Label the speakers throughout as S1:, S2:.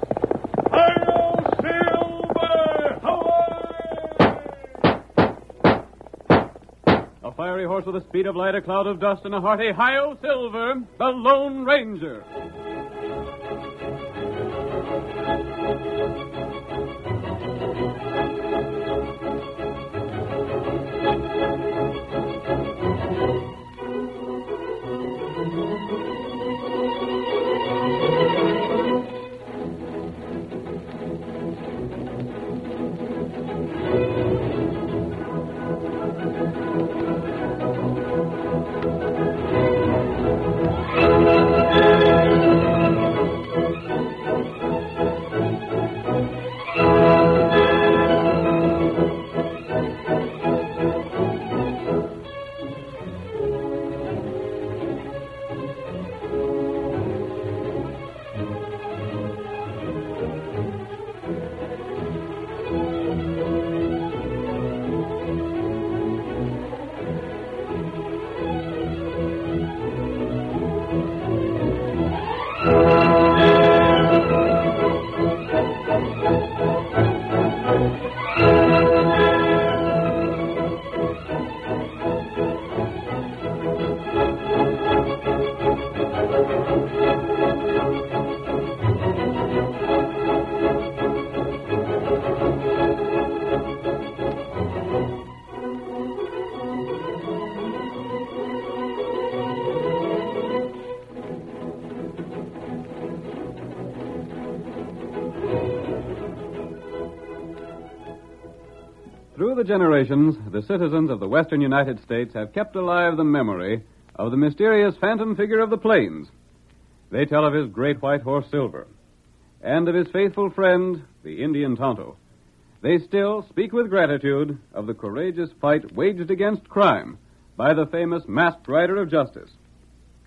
S1: Hail Silver! Away!
S2: A fiery horse with the speed of light, a cloud of dust, and a hearty Hi-Yo Silver, the Lone Ranger. Through the generations, the citizens of the western United States have kept alive the memory of the mysterious phantom figure of the plains. They tell of his great white horse Silver, and of his faithful friend, the Indian Tonto. They still speak with gratitude of the courageous fight waged against crime by the famous masked rider of justice.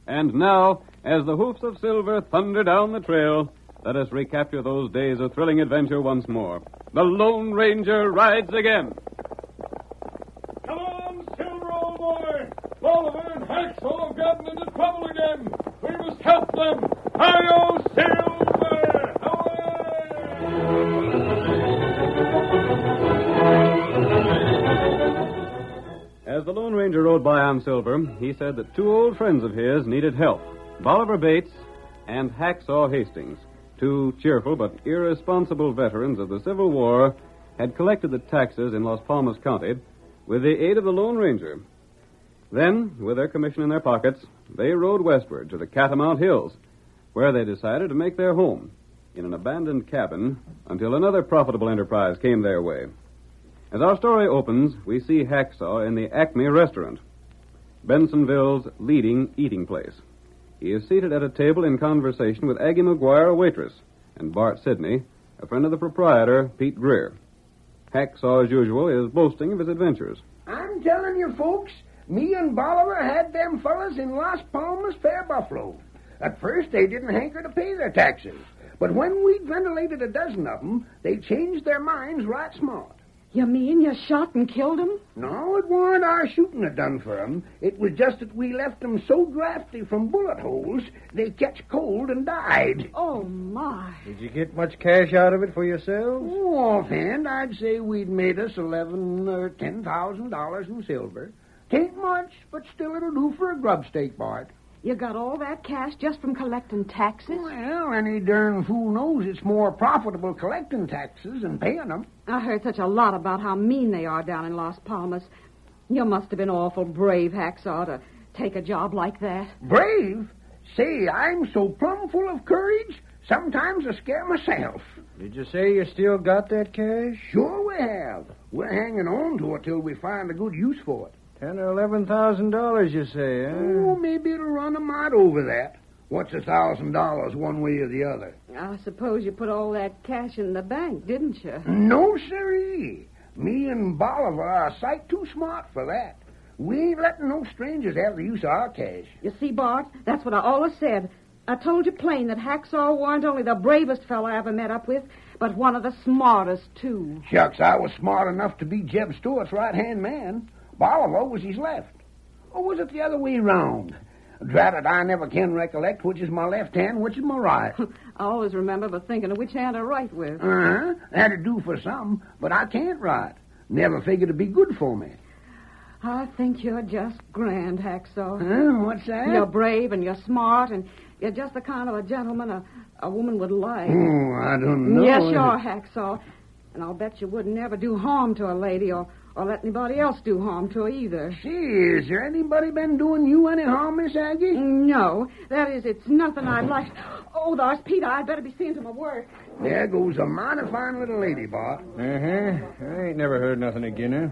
S2: And now, as the hoofs of Silver thunder down the trail, let us recapture those days of thrilling adventure once more. The Lone Ranger rides again.
S1: Come on, Silver, old boy! Bolivar and Haxall have gotten into trouble again. We must help them. Hi-yo, Silver! Away!
S2: As the Lone Ranger rode by on Silver, he said that two old friends of his needed help Bolivar Bates and Hacksaw Hastings. Two cheerful but irresponsible veterans of the Civil War had collected the taxes in Las Palmas County with the aid of the Lone Ranger. Then, with their commission in their pockets, they rode westward to the Catamount Hills, where they decided to make their home in an abandoned cabin until another profitable enterprise came their way. As our story opens, we see Hacksaw in the Acme restaurant, Bensonville's leading eating place. He is seated at a table in conversation with Aggie McGuire, a waitress, and Bart Sidney, a friend of the proprietor, Pete Greer. Hacksaw, as usual, is boasting of his adventures.
S3: I'm telling you, folks, me and Bolivar had them fellas in Las Palmas Fair Buffalo. At first, they didn't hanker to pay their taxes. But when we'd ventilated a dozen of 'em, they changed their minds right smart.
S4: You mean you shot and killed him?
S3: No, it warn't our shooting that done for 'em. It was just that we left 'em so drafty from bullet holes, they catch cold and died.
S4: Oh, my.
S5: Did you get much cash out of it for yourselves?
S3: Oh, offhand, I'd say we'd made us eleven or ten thousand dollars in silver. Tain't much, but still it'll do for a grub stake, Bart.
S4: You got all that cash just from collecting taxes?
S3: Well, any darn fool knows it's more profitable collecting taxes than paying 'em.
S4: I heard such a lot about how mean they are down in Las Palmas. You must have been awful brave, Hacksaw, to take a job like that.
S3: Brave? Say, I'm so plumb full of courage, sometimes I scare myself.
S5: Did you say you still got that cash?
S3: Sure we have. We're hanging on to it till we find a good use for it.
S5: Ten or eleven thousand dollars, you say,
S3: Oh,
S2: Hmm.
S5: huh?
S3: maybe it'll run a mite over that. What's a thousand dollars one way or the other?
S4: I suppose you put all that cash in the bank, didn't you?
S3: No, sirree. Me and Bolivar are sight too smart for that. We ain't letting no strangers have the use of our cash.
S4: You see, Bart, that's what I always said. I told you plain that Hacksaw weren't only the bravest fellow I ever met up with, but one of the smartest, too.
S3: Shucks, I was smart enough to be Jeb Stewart's right hand man. Bolivar was his left. Or was it the other way round? Drat it, I never can recollect which is my left hand, which is my right. uh
S4: I always remember but thinking of which hand I write with.
S3: huh. Uh-huh. That'd do for some, but I can't write. Never figured it'd be good for me.
S4: I think you're just grand, Hacksaw.
S3: Huh? What's that?
S4: You're brave and you're smart and you're just the kind of a gentleman a, a woman would like.
S3: Oh, I don't know.
S4: Yes, you are, Hacksaw. And I'll bet you wouldn't ever do harm to a lady or, or let anybody else do harm to her either.
S3: Gee, has there anybody been doing you any harm, Miss Aggie?
S4: Mm. No, that is, it's nothing I'd like. Oh, there's Peter. I'd better be seeing to my work.
S3: There goes a mighty fine little lady, Bart.
S5: Uh-huh. I ain't never heard nothing again her.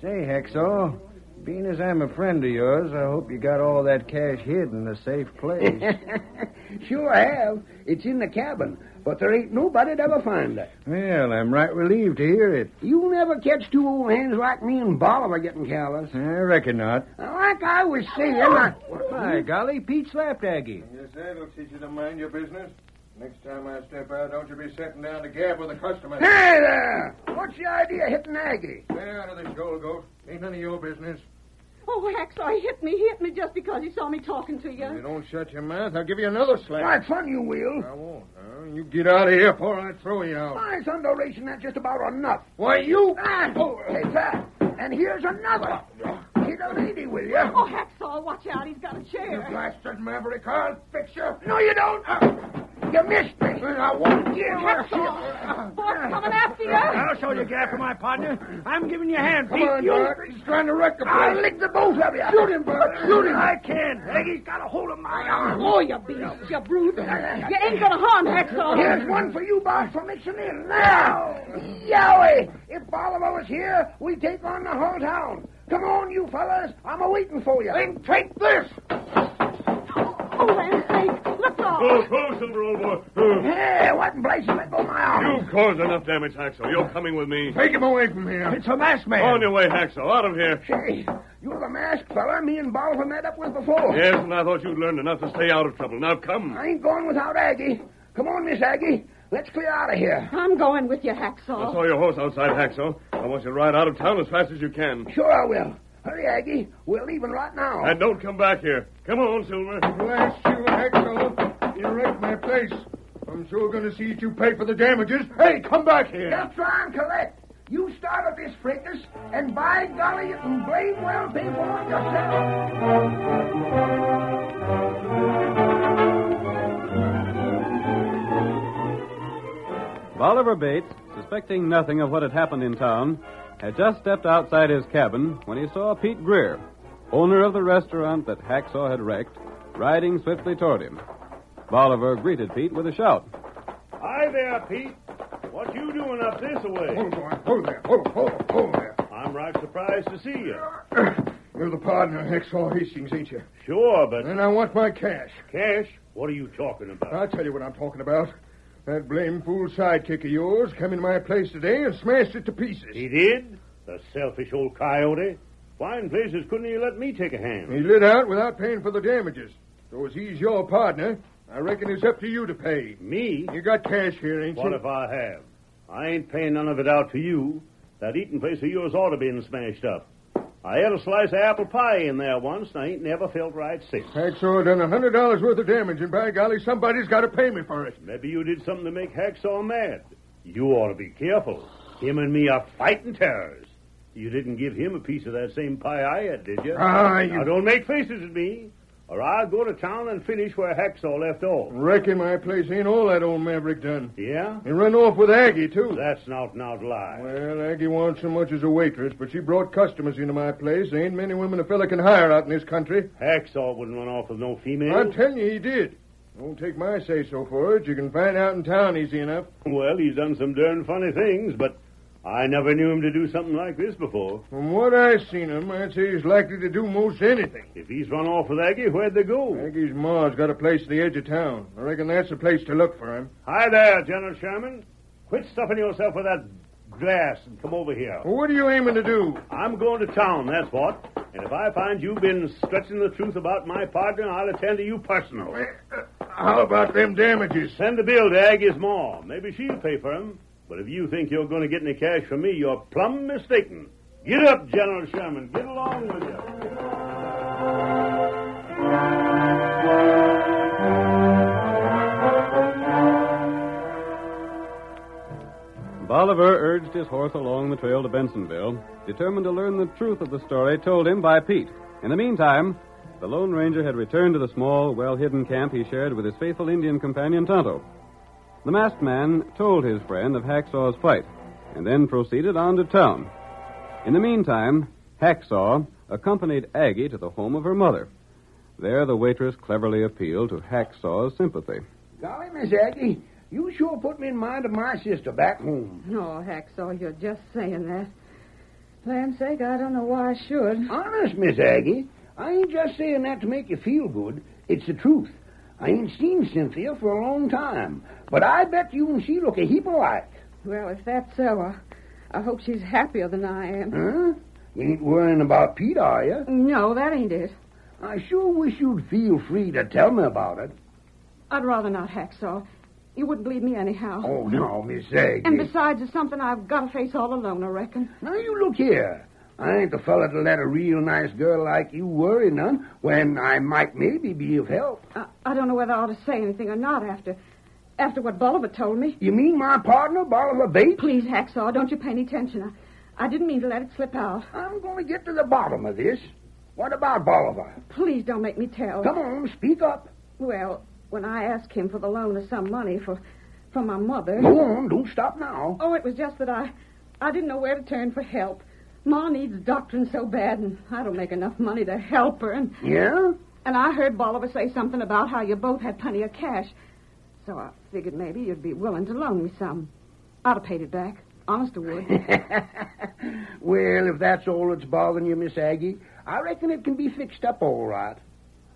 S5: Say, Hexall, being as I'm a friend of yours, I hope you got all that cash hid in a safe place.
S3: sure have. It's in the cabin, but there ain't nobody'd ever find it.
S5: well, I'm right relieved to hear it.
S3: You never catch two old hands like me and Bolivar getting careless.
S5: I reckon not.
S3: Like I was saying, I...
S5: My golly, Pete slapped Aggie.
S6: Yes, that'll teach you to mind your business. Next time I step out, don't you be sitting down to gab with a customer.
S3: Hey there! What's the idea of hitting Aggie?
S6: Stay out of this shoal, goat. Ain't none of your business.
S4: Oh, Hacksaw, he hit me, he hit me just because he saw me talking to
S6: If you
S4: you.
S6: don't shut your mouth, I'll give you another slap.
S3: Why, fun you will.
S6: I won't, huh? You get out of here before I throw you out.
S3: My thunderation, that's just about enough.
S6: Why, you...
S3: Ah, take that. And here's another. Hit a lady, will you?
S4: Oh, Hacksaw, watch out. He's got a chair.
S6: Bastard maverick, I'll fix you.
S3: No, you don't. Ah, You missed me. I won't give
S4: Hacksaw, Bart's coming after you.
S5: show you gap for my partner. I'm giving you a hand,
S6: Come on, Bart. He's trying to wreck the place.
S3: I'll lick the both of you. Shoot him, Bert. Shoot him. I can't. Peggy's got a hold of my arm.
S4: Oh, you beast, you brute. You ain't gonna harm Hacksaw.
S3: Here's one for you, Bob, for mixing in. Now! Yowie! If Bolivar was here, we'd take on the whole town. Come on, you fellas. I'm a waiting for you. Then take this.
S4: Oh, land's sake. Look out.
S7: Oh, close, Silver, old boy. Oh,
S3: Hey, what in blazes let go of my arm?
S7: You've caused enough damage, Haxo. You're coming with me.
S6: Take him away from here.
S3: It's a masked
S7: On your way, Haxo. Out of here.
S3: Hey, you're the masked fella me and Bolivar met up with before.
S7: Yes, and I thought you'd learned enough to stay out of trouble. Now come.
S3: I ain't going without Aggie. Come on, Miss Aggie. Let's clear out of here.
S4: I'm going with you,
S7: I
S4: Hacksaw.
S7: saw your horse outside, Haxo. I want you to ride out of town as fast as you can.
S3: Sure I will. Hurry, Aggie. We're leaving right now.
S7: And don't come back here. Come on, Silver.
S6: Blast you, Axel. You wrecked my place. I'm sure going to see that you pay for the damages. Hey, come back here.
S3: Just try and collect. You started this fracas, and by golly, you can blame well be for it yourself.
S2: Bolivar Bates, suspecting nothing of what had happened in town, had just stepped outside his cabin when he saw Pete Greer, owner of the restaurant that Hacksaw had wrecked, riding swiftly toward him. Bolivar greeted Pete with a shout.
S7: Hi there, Pete. What you doing up this way?
S6: Hold on. Hold there. Hold, hold, hold there.
S7: I'm right surprised to see you.
S6: You're the partner in Hexall Hastings, ain't you?
S7: Sure, but
S6: And I want my cash.
S7: cash? What are you talking about?
S6: I'll tell you what I'm talking about. That blame fool sidekick of yours come into my place today and smashed it to pieces.
S7: He did? The selfish old coyote. Why in places couldn't he let me take a hand?
S6: He lit out without paying for the damages. So as he's your partner, I reckon it's up to you to pay.
S7: Me?
S6: You got cash here, ain't
S7: What
S6: you?
S7: if I have? I ain't paying none of it out to you. That eating place of yours ought to been smashed up. I had a slice of apple pie in there once, and I ain't never felt right sick.
S6: Hacksaw done a hundred dollars worth of damage, and by golly, somebody's got to pay me for it.
S7: Maybe you did something to make Hacksaw mad. You ought to be careful. Him and me are fighting terrors. You didn't give him a piece of that same pie I had, did you?
S6: Ah,
S7: Now,
S6: you
S7: don't make faces at me, or I'll go to town and finish where Hacksaw left off.
S6: reckon my place ain't all that old maverick done.
S7: Yeah?
S6: He run off with Aggie too.
S7: That's an out and out lie.
S6: Well, Aggie wants so much as a waitress, but she brought customers into my place. There ain't many women a fella can hire out in this country.
S7: Hacksaw wouldn't run off with no female.
S6: I'm telling you, he did. Don't take my say so for it. You can find out in town easy enough.
S7: Well, he's done some darn funny things, but I never knew him to do something like this before.
S6: From what I've seen him, I'd say he's likely to do most anything.
S7: If he's run off with Aggie, where'd they go?
S6: Aggie's ma's got a place at the edge of town. I reckon that's the place to look for him.
S7: Hi there, General Sherman. Quit stuffing yourself with that glass and come over here.
S6: Well, what are you aiming to do?
S7: I'm going to town, that's what. And if I find you've been stretching the truth about my partner, I'll attend to you personally.
S6: How about them damages?
S7: Send the bill to Aggie Ma. Maybe she'll pay for 'em. But if you think you're going to get any cash from me, you're plumb mistaken. Get up, General Sherman. Get along with you.
S2: Bolivar urged his horse along the trail to Bensonville, determined to learn the truth of the story told him by Pete. In the meantime, the Lone Ranger had returned to the small, well hidden camp he shared with his faithful Indian companion Tonto. The masked man told his friend of Hacksaw's fight, and then proceeded on to town. In the meantime, Hacksaw accompanied Aggie to the home of her mother. There, the waitress cleverly appealed to Hacksaw's sympathy.
S3: Golly, Miss Aggie, you sure put me in mind of my sister back home.
S4: No, Hacksaw, you're just saying that. Land's sake, I don't know why I should.
S3: Honest, Miss Aggie, I ain't just saying that to make you feel good. It's the truth. I ain't seen Cynthia for a long time, but I bet you and she look a heap alike.
S4: Well, if that's so, I, I hope she's happier than I am.
S3: Huh? You ain't worrying about Pete, are you?
S4: No, that ain't it.
S3: I sure wish you'd feel free to tell me about it.
S4: I'd rather not, Hacksaw. You wouldn't believe me anyhow.
S3: Oh, no, Miss Aggie.
S4: And besides, it's something I've got to face all alone, I reckon.
S3: Now, you look here. I ain't the fella to let a real nice girl like you worry none when I might maybe be of help.
S4: I, I don't know whether I ought to say anything or not after after what Bolivar told me.
S3: You mean my partner, Bolivar Bates?
S4: Please, Hacksaw, don't you pay any attention. I, I didn't mean to let it slip out.
S3: I'm going to get to the bottom of this. What about Bolivar?
S4: Please don't make me tell.
S3: Come on, speak up.
S4: Well, when I asked him for the loan of some money for from my mother.
S3: Go on, don't stop now.
S4: Oh, it was just that I I didn't know where to turn for help. Ma needs doctoring so bad, and I don't make enough money to help her. And,
S3: Yeah?
S4: and I heard Bolivar say something about how you both had plenty of cash. So I figured maybe you'd be willing to loan me some. I'd have paid it back. Honest I would.
S3: well, if that's all that's bothering you, Miss Aggie, I reckon it can be fixed up all right.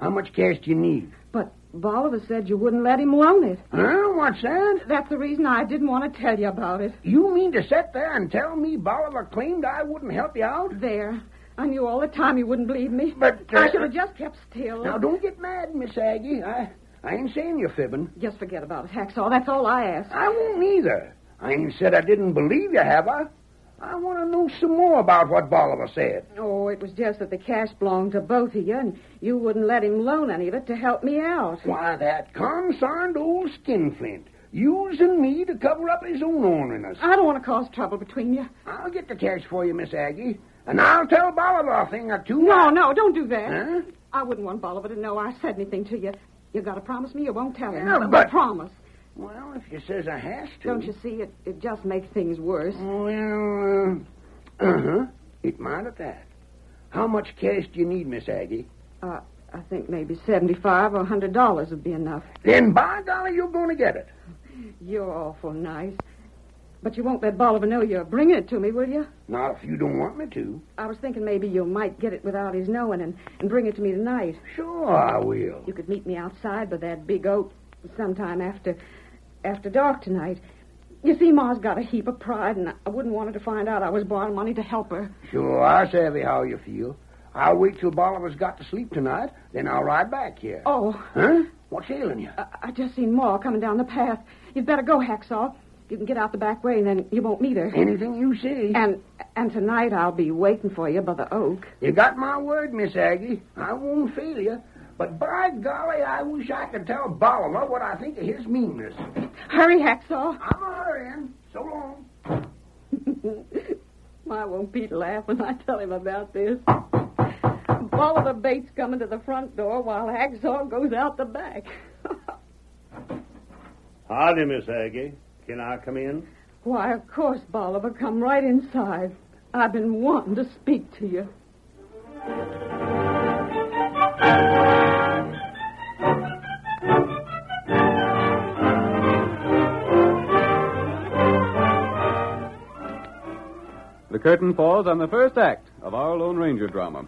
S3: How much cash do you need?
S4: but Bolivar said you wouldn't let him loan it.
S3: Huh? What's that?
S4: That's the reason I didn't want to tell you about it.
S3: You mean to sit there and tell me Bolivar claimed I wouldn't help you out?
S4: There. I knew all the time you wouldn't believe me.
S3: But, uh,
S4: I should have just kept still.
S3: Now, don't get mad, Miss Aggie. I, I ain't saying you're fibbing.
S4: Just forget about it, Hacksaw. That's all I ask.
S3: I won't either. I ain't said I didn't believe you, have I? I want to know some more about what Bolivar said.
S4: Oh, it was just that the cash belonged to both of you, and you wouldn't let him loan any of it to help me out.
S3: Why, that concerned old skinflint using me to cover up his own orneriness.
S4: I don't want to cause trouble between you.
S3: I'll get the cash for you, Miss Aggie, and I'll tell Bolivar a thing or two.
S4: No, no, don't do that.
S3: Huh?
S4: I wouldn't want Bolivar to know I said anything to you. You got to promise me you won't tell him.
S3: Yeah, but-
S4: promise.
S3: Well, if you says I has to.
S4: Don't you see? It it just makes things worse.
S3: Well, uh huh. It might at that. How much cash do you need, Miss Aggie?
S4: Uh, I think maybe seventy-five or a hundred dollars would be enough.
S3: Then by golly, you're going to get it.
S4: You're awful nice, but you won't let Bolivar know you're bringing it to me, will you?
S3: Not if you don't want me to.
S4: I was thinking maybe you might get it without his knowing and, and bring it to me tonight.
S3: Sure, I will.
S4: You could meet me outside by that big oak sometime after after dark tonight. You see, Ma's got a heap of pride, and I wouldn't want her to find out I was borrowing money to help her.
S3: Sure, I savvy how you feel. I'll wait till Bolivar's got to sleep tonight, then I'll ride back here.
S4: Oh,
S3: Huh? What's ailing you?
S4: I, I just seen Ma coming down the path. You'd better go, Hacksaw. You can get out the back way, and then you won't meet her.
S3: Anything you see.
S4: And and tonight I'll be waiting for you by the oak.
S3: You got my word, Miss Aggie. I won't fail you. But by golly, I wish I could tell Bolivar what I think of his meanness.
S4: Hurry, Hacksaw.
S3: I'm a hurrying. So long.
S4: Why won't Pete laugh when I tell him about this? Bolivar Bates coming to the front door while Hacksaw goes out the back.
S7: Howdy, Miss Aggie. Can I come in?
S4: Why, of course, Bolivar, come right inside. I've been wanting to speak to you.
S2: The curtain falls on the first act of our Lone Ranger drama.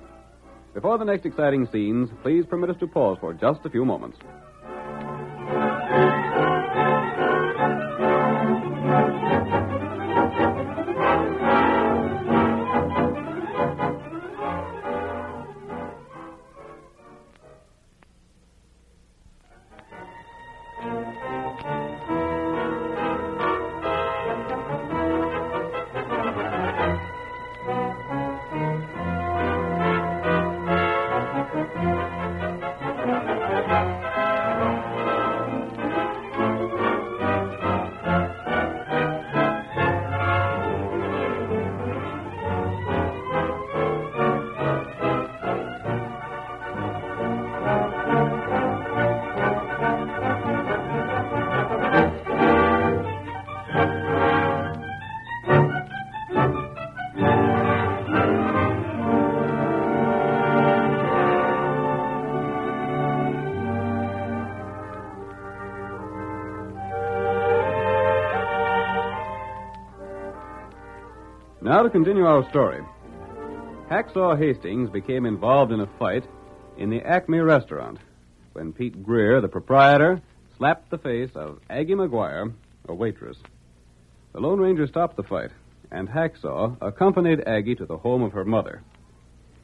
S2: Before the next exciting scenes, please permit us to pause for just a few moments. Now to continue our story. Hacksaw Hastings became involved in a fight in the Acme restaurant when Pete Greer, the proprietor, slapped the face of Aggie McGuire, a waitress. The Lone Ranger stopped the fight, and Hacksaw accompanied Aggie to the home of her mother.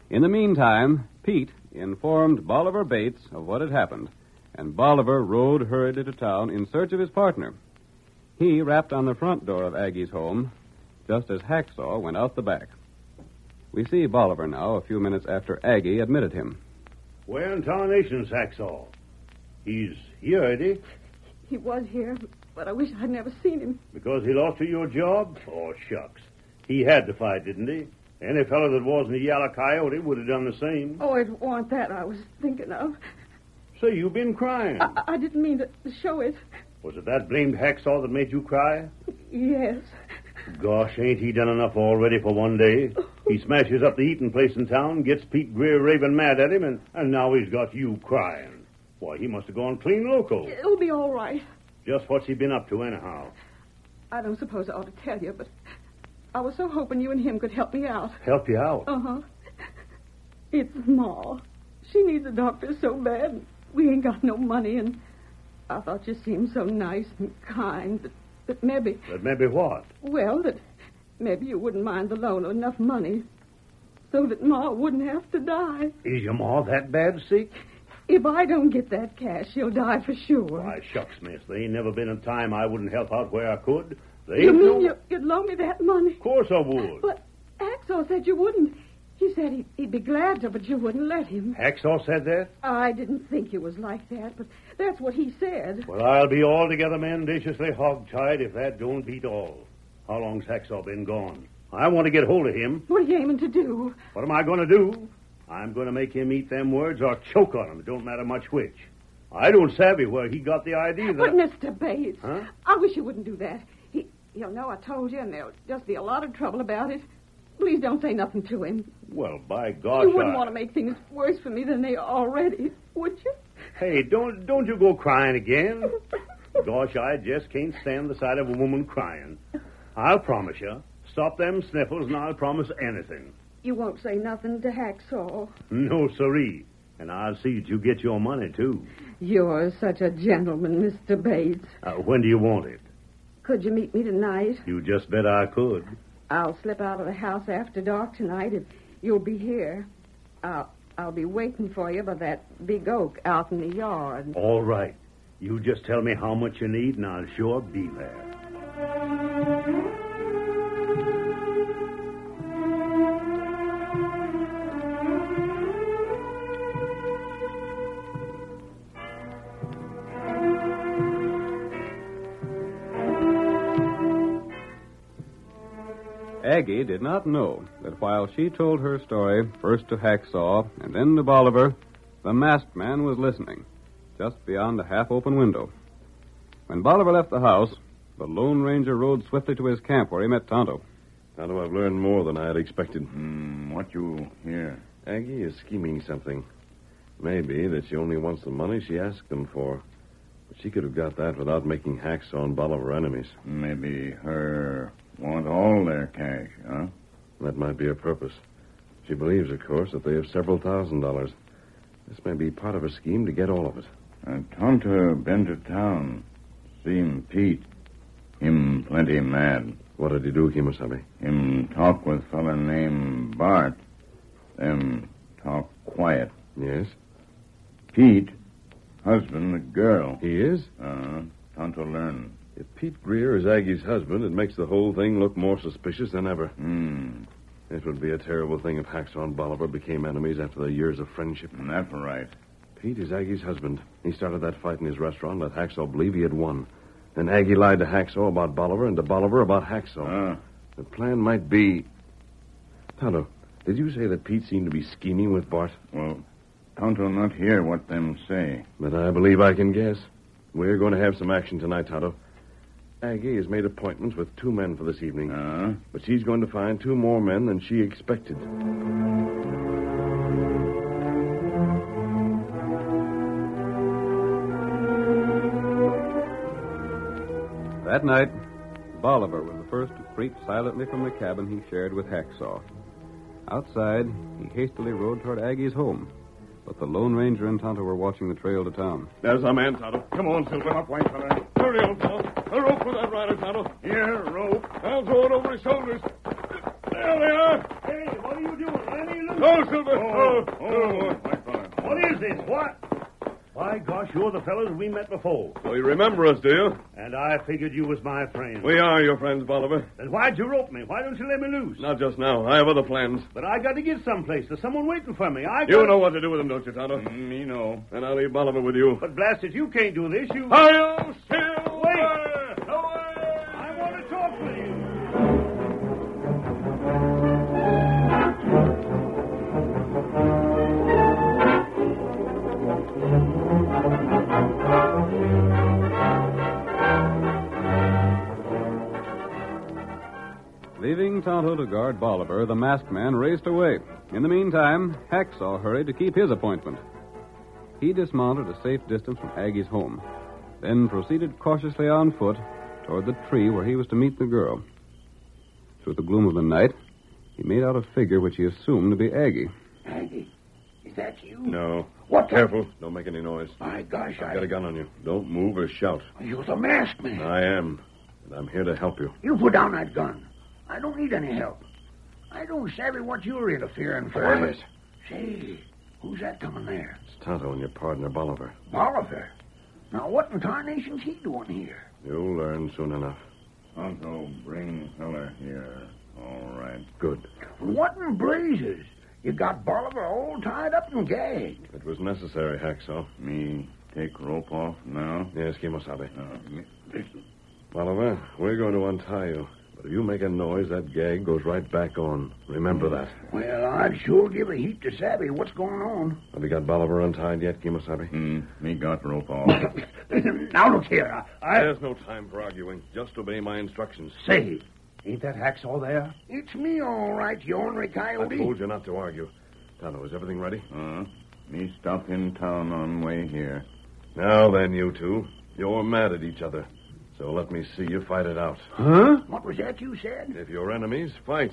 S2: In the meantime, Pete informed Bolivar Bates of what had happened, and Bolivar rode hurriedly to town in search of his partner. He rapped on the front door of Aggie's home just as Hacksaw went out the back. We see Bolivar now a few minutes after Aggie admitted him.
S7: Where in tarnation's Hacksaw? He's here, is he?
S4: He was here, but I wish I'd never seen him.
S7: Because he lost you your job? Oh, shucks. He had to fight, didn't he? Any fellow that wasn't a yaller coyote would have done the same.
S4: Oh, it wasn't that I was thinking of.
S7: So you've been crying.
S4: I, I didn't mean to to show it.
S7: Was it that blamed hacksaw that made you cry?
S4: Yes.
S7: Gosh, ain't he done enough already for one day? He smashes up the eating place in town, gets Pete Greer raving mad at him, and, and now he's got you crying. Why, he must have gone clean loco.
S4: It'll be all right.
S7: Just what's he been up to, anyhow?
S4: I don't suppose I ought to tell you, but I was so hoping you and him could help me out.
S7: Help you out.
S4: Uh huh. It's Ma. She needs a doctor so bad. We ain't got no money, and I thought you seemed so nice and kind that, that maybe,
S7: But maybe what?
S4: well, that maybe you wouldn't mind the loan of enough money so that Ma wouldn't have to die.
S7: Is your ma that bad sick?
S4: If I don't get that cash, she'll die for sure.
S7: Why, shucks, miss. There ain't never been a time I wouldn't help out where I could. There
S4: You
S7: ain't
S4: mean
S7: no...
S4: you, you'd loan me that money?
S7: Of course I would.
S4: But Axel said you wouldn't. He said he'd, he'd be glad to, but you wouldn't let him.
S7: Hacksaw said that?
S4: I didn't think you was like that, but that's what he said.
S7: Well, I'll be altogether mendaciously hog-tied if that don't beat all. How long's Hacksaw been gone? I want to get hold of him.
S4: What are you aiming to do?
S7: What am I going to do? I'm going to make him eat them words or choke on 'em. It don't matter much which. I don't savvy where he got the idea
S4: But,
S7: that.
S4: Mr. Bates,
S7: Huh?
S4: I wish you wouldn't do that. He, he'll know I told you, and there'll just be a lot of trouble about it. Please don't say nothing to him.
S7: Well, by God,
S4: you wouldn't
S7: I-
S4: want to make things worse for me than they are already, would you?
S7: Hey, don't don't you go crying again. Gosh, I just can't stand the sight of a woman crying. I'll promise you, stop them sniffles, and I'll promise anything.
S4: You won't say nothing to Hacksaw.
S7: No, siree. And I'll see that you get your money too.
S4: You're such a gentleman, Mr. Bates.
S7: Uh, when do you want it?
S4: Could you meet me tonight?
S7: You just bet I could.
S4: I'll slip out of the house after dark tonight if you'll be here. I'll, I'll be waiting for you by that big oak out in the yard.
S7: All right. You just tell me how much you need, and I'll sure be there.
S2: Aggie did not know that while she told her story, first to Hacksaw and then to Bolivar, the masked man was listening, just beyond a half open window. When Bolivar left the house, the Lone Ranger rode swiftly to his camp where he met Tonto.
S8: Tonto, I've learned more than I had expected.
S6: Hmm, what you hear?
S8: Aggie is scheming something. Maybe that she only wants the money she asked them for. But she could have got that without making hacks on Bolivar enemies.
S6: Maybe her want all their cash, huh?
S8: That might be her purpose. She believes, of course, that they have several thousand dollars. This may be part of a scheme to get all of it.
S6: Uh, Tonto been to town. Seen Pete. Him plenty mad.
S8: What did he do, Kimasabi?
S6: Him talk with fella named Bart. Them talk quiet.
S8: Yes?
S6: Pete, husband the girl.
S8: He is?
S6: Uh, Tonto learn.
S8: If Pete Greer is Aggie's husband, it makes the whole thing look more suspicious than ever.
S6: Hmm,
S8: It would be a terrible thing if Hacksaw and Bolivar became enemies after their years of friendship.
S6: that right.
S8: Pete is Aggie's husband. He started that fight in his restaurant, let Hacksaw believe he had won. Then Aggie lied to Hacksaw about Bolivar and to Bolivar about Hacksaw.
S6: Uh,
S8: the plan might be. Tonto, did you say that Pete seemed to be scheming with Bart?
S6: well, Tonto not hear what them say.
S8: But I believe I can guess. We're going to have some action tonight, Tonto. Aggie has made appointments with two men for this evening,
S6: Uh,
S8: but she's going to find two more men than she expected.
S2: That night,
S9: Bolivar was the first to creep silently from the cabin he shared with Hacksaw. Outside, he hastily rode toward Aggie's home, but the Lone Ranger and Tonto were watching the trail to town.
S2: There's our man, Tonto.
S6: Come on, Silver. Up, white fella. Hurry, old fellow. A rope for that rider, Tonto. Here, rope. I'll throw it over his shoulders. There they are.
S7: Hey, what are you doing? Let me loose.
S6: Go, Silver.
S7: Oh,
S6: oh,
S7: oh.
S6: white fella.
S7: What is this? What? By gosh, you're the fellas we met before.
S2: Well, you remember us, do you?
S7: And I figured you was my friend.
S2: We are your friends, Bolivar.
S7: Then why'd you rope me? Why don't you let me loose?
S2: Not just now. I have other plans.
S7: But I got to get someplace. There's someone waiting for me. I got
S2: You know what to do with him, don't you, Tonto?
S6: Me know.
S2: Mm, And I'll leave Bolivar with you.
S7: But blast it, you can't do this. You.
S6: Hiyo, Silver.
S7: Wait.
S6: Away.
S7: I want to talk with you.
S9: Leaving Tonto to guard Bolivar, the masked man raced away. In the meantime, Hacksaw hurried to keep his appointment. He dismounted a safe distance from Aggie's home, then proceeded cautiously on foot toward the tree where he was to meet the girl. Through the gloom of the night, he made out a figure which he assumed to be Aggie.
S3: Aggie, is that you?
S2: No.
S3: What the-
S2: Careful. Don't make any noise.
S3: My gosh,
S2: I've
S3: I.
S2: got a gun on you. Don't move or shout.
S3: You're the masked man.
S2: I am. And I'm here to help you.
S3: You put down that gun. I don't need any help. I don't savvy what you're interfering for.
S2: Wait a minute.
S3: Say, who's that coming there?
S2: It's Tonto and your partner, Bolivar.
S3: Oliver. Now, what in tarnation's he doing here?
S2: You'll learn soon enough.
S6: Tonto, bring feller here. All right.
S2: Good.
S3: What in blazes? You got Bolivar all tied up and gagged.
S2: It was necessary, Hacksaw.
S6: Me take rope off now?
S2: Yes, Kimosabe.
S6: Uh, listen.
S2: Bolivar, we're going to untie you. But if you make a noise, that gag goes right back on. Remember that.
S3: Well, I'd sure give a heap to savvy what's going on.
S2: Have you got Bolivar untied yet, Kimosabe?
S6: Hmm, me got rope off.
S3: now, look here. I-
S2: There's no time for arguing. Just obey my instructions.
S3: Say, ain't that hacksaw there? It's me, all right, you ornery
S2: I
S3: coyote.
S2: told you not to argue. Tonto, is everything ready?
S6: uh, me stop in town on way here.
S2: Now then, you two. You're mad at each other. So let me see you fight it out.
S3: What was that you said?
S2: If you're enemies, fight.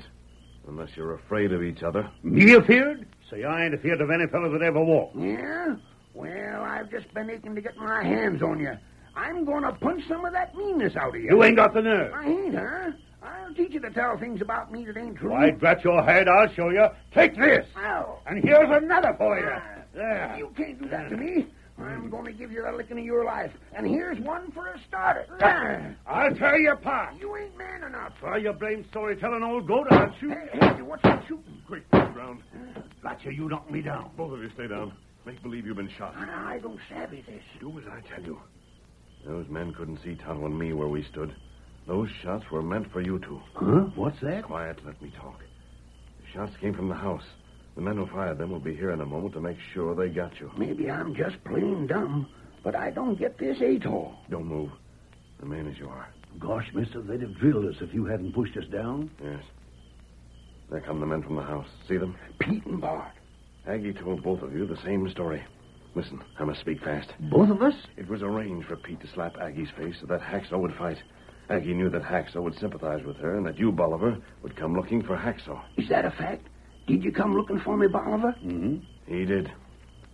S2: Unless you're afraid of each other.
S3: Me appeared?
S7: Say, I ain't afeard of any fellow that ever walked.
S3: Yeah? Well, I've just been aching to get my hands on you. I'm going to punch some of that meanness out of you.
S7: You ain't got the nerve.
S3: I ain't, huh? I'll teach you to tell things about me that ain't true.
S7: Why, drat your head, I'll show you. Take this.
S3: Ow.
S7: And here's another for you. There.
S3: Ah.
S7: Mm.
S3: You can't do that to me. I'm going to give you a licking of your life. And here's one for a starter. There.
S7: I'll tear you apart.
S3: You ain't man enough.
S7: Well, you blame storytelling old goat, aren't you?
S3: Hey, hey, what's that shooting?
S2: Quick, to the ground.
S7: Gotcha, you knocked me down.
S2: Both of you stay down. Make believe you've been shot.
S3: I don't savvy this.
S2: Do as I tell you. Those men couldn't see Tonto and me where we stood. Those shots were meant for you two.
S7: Huh? What's that?
S2: Quiet, let me talk. The shots came from the house. The men who fired them will be here in a moment to make sure they got you.
S3: Maybe I'm just plain dumb, but I don't get this at all.
S2: Don't move. Remain as you are.
S7: Gosh, mister, they'd have drilled us if you hadn't pushed us down.
S2: Yes. There come the men from the house. See them?
S3: Pete and Bart.
S2: Aggie told both of you the same story. Listen, I must speak fast.
S3: Both of us?
S2: It was arranged for Pete to slap Aggie's face so that Hacksaw would fight. Aggie knew that Hacksaw would sympathize with her and that you, Bolivar, would come looking for Hacksaw.
S3: Is that a fact? Did you come looking for me, Bolivar?
S2: He did.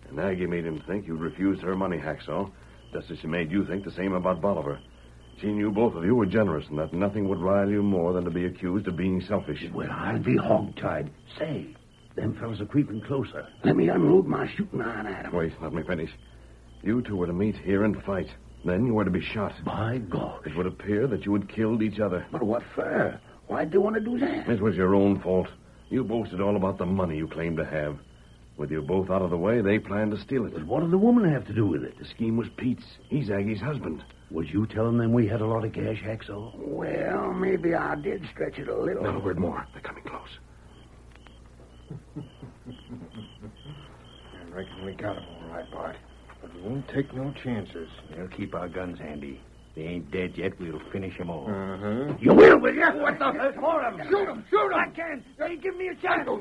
S2: And Aggie made him think you refused her money, Hacksaw, just as she made you think the same about Bolivar. She knew both of you were generous and that nothing would rile you more than to be accused of being selfish.
S3: Well, I'll be hogtied. Say,
S7: Them fellas are creeping closer.
S3: let me unload my shooting iron at 'em.
S2: Wait, let me finish. You two were to meet here and fight. Then you were to be shot.
S3: By God.
S2: It would appear that you had killed each other.
S3: But what for? Why'd they want to do that?
S2: It was your own fault. You boasted all about the money you claimed to have. With you both out of the way, they planned to steal it.
S7: What did the woman have to do with it?
S2: The scheme was Pete's. He's Aggie's husband.
S7: Was you telling them we had a lot of cash, Hacksaw?
S3: Well, maybe I did stretch it a little.
S2: Not a word more. They're coming close.
S10: I reckon we got 'em all right, Bart. But we won't take no chances.
S7: They'll keep our guns handy. They ain't dead yet. We'll finish them all.
S3: You will, will you? What the hell's more of them? Shoot 'em, shoot 'em! I can't. They give me a chance. We'll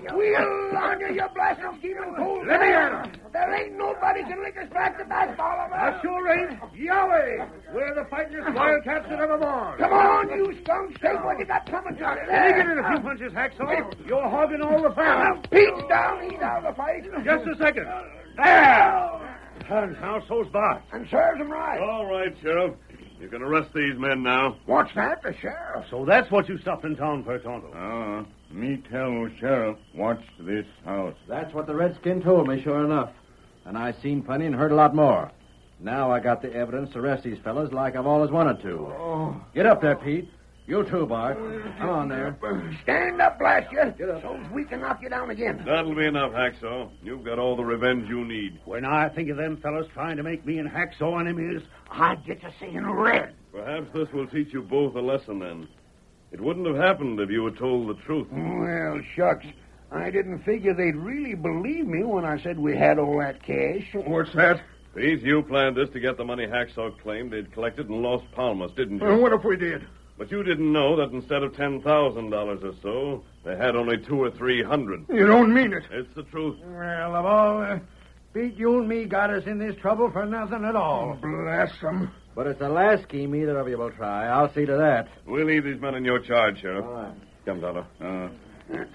S3: on you, you blasted mosquito cold. Let me at 'em. There ain't nobody Nobody can lick us back to back, Bolivar.
S7: I sure ain't. Yahweh! We're the fightingest wildcats that ever born.
S3: Come on, you skunks. Take what you got coming to you.
S7: Take it in a few punches, Hacksaw. You're hogging all the fun.
S3: Pete's down. He's out of the fight.
S7: Just a second. There! And now so's Bart.
S3: And serves him right.
S2: All right, Sheriff. You can arrest these men now.
S3: What's that? The sheriff.
S11: So that's what you stopped in town for, Tonto.
S6: Ah, me tell sheriff, watch this house.
S12: That's what the redskin told me, sure enough. And I seen plenty and heard a lot more. Now I got the evidence to arrest these fellas like I've always wanted to. Get up there, Pete. You too, Bart. Come on there.
S3: Stand up, blast you. So's we can knock you down again.
S2: That'll be enough, Hacksaw. You've got all the revenge you need.
S11: When I think of them fellas trying to make me and Hacksaw enemies,
S3: I get to seeing red.
S2: Perhaps this will teach you both a lesson then. It wouldn't have happened if you had told the truth.
S3: Well, shucks. I didn't figure they'd really believe me when I said we had all that cash.
S6: What's that?
S2: These you planned this to get the money Hacksaw claimed they'd collected and lost Palmas, didn't you?
S3: Mm-hmm.
S6: And what if we did?
S2: But you didn't know that instead of ten thousand dollars or so, they had only two or three hundred.
S6: You don't mean it.
S2: It's the truth.
S12: Well, of all, uh, Pete, you and me got us in this trouble for nothing at
S3: Oh,
S12: all.
S6: Blast them.
S12: But it's the last scheme either of you will try. I'll see to that.
S2: We'll leave these men in your charge, Sheriff.
S12: right.
S2: Come, Tonto.
S6: Uh,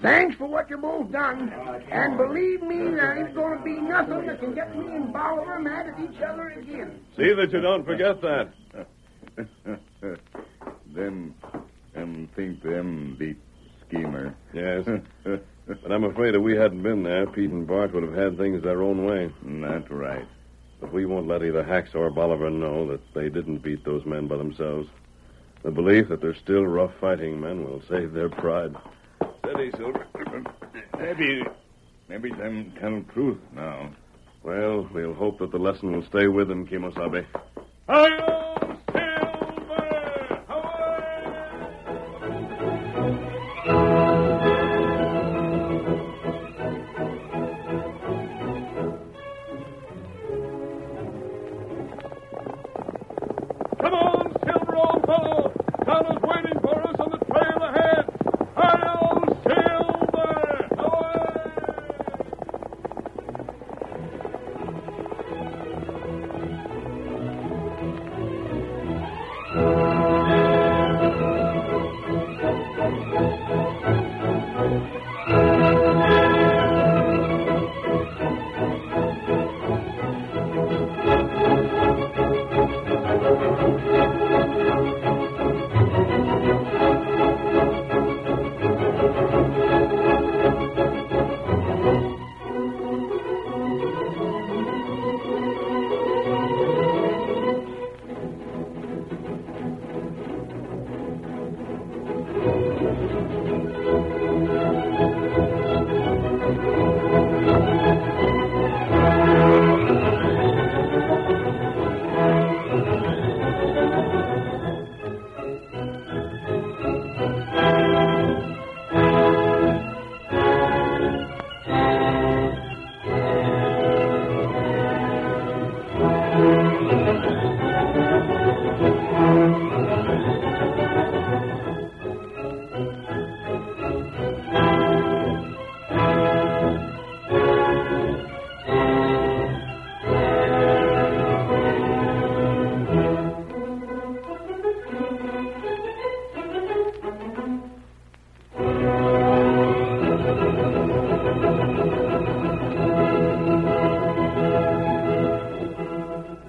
S3: Thanks for what you both done. And believe me, there ain't going to be nothing that can get me and Bolivar mad at each other again.
S2: See that you don't forget that.
S6: them, them think them beat schemer.
S2: Yes. but I'm afraid if we hadn't been there, Pete and Bart would have had things their own way.
S6: Not right.
S2: But we won't let either Hacks or Bolivar know that they didn't beat those men by themselves. The belief that they're still rough fighting men will save their pride. Steady, Silver.
S6: Maybe, maybe them tell truth now.
S2: Well, we'll hope that the lesson will stay with them, Kimosabe.
S7: Hail Silver! Away! Come on, Silver, old fellow! Donna's waiting for us on the trail ahead! Hail Silver! Away!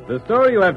S9: The story you have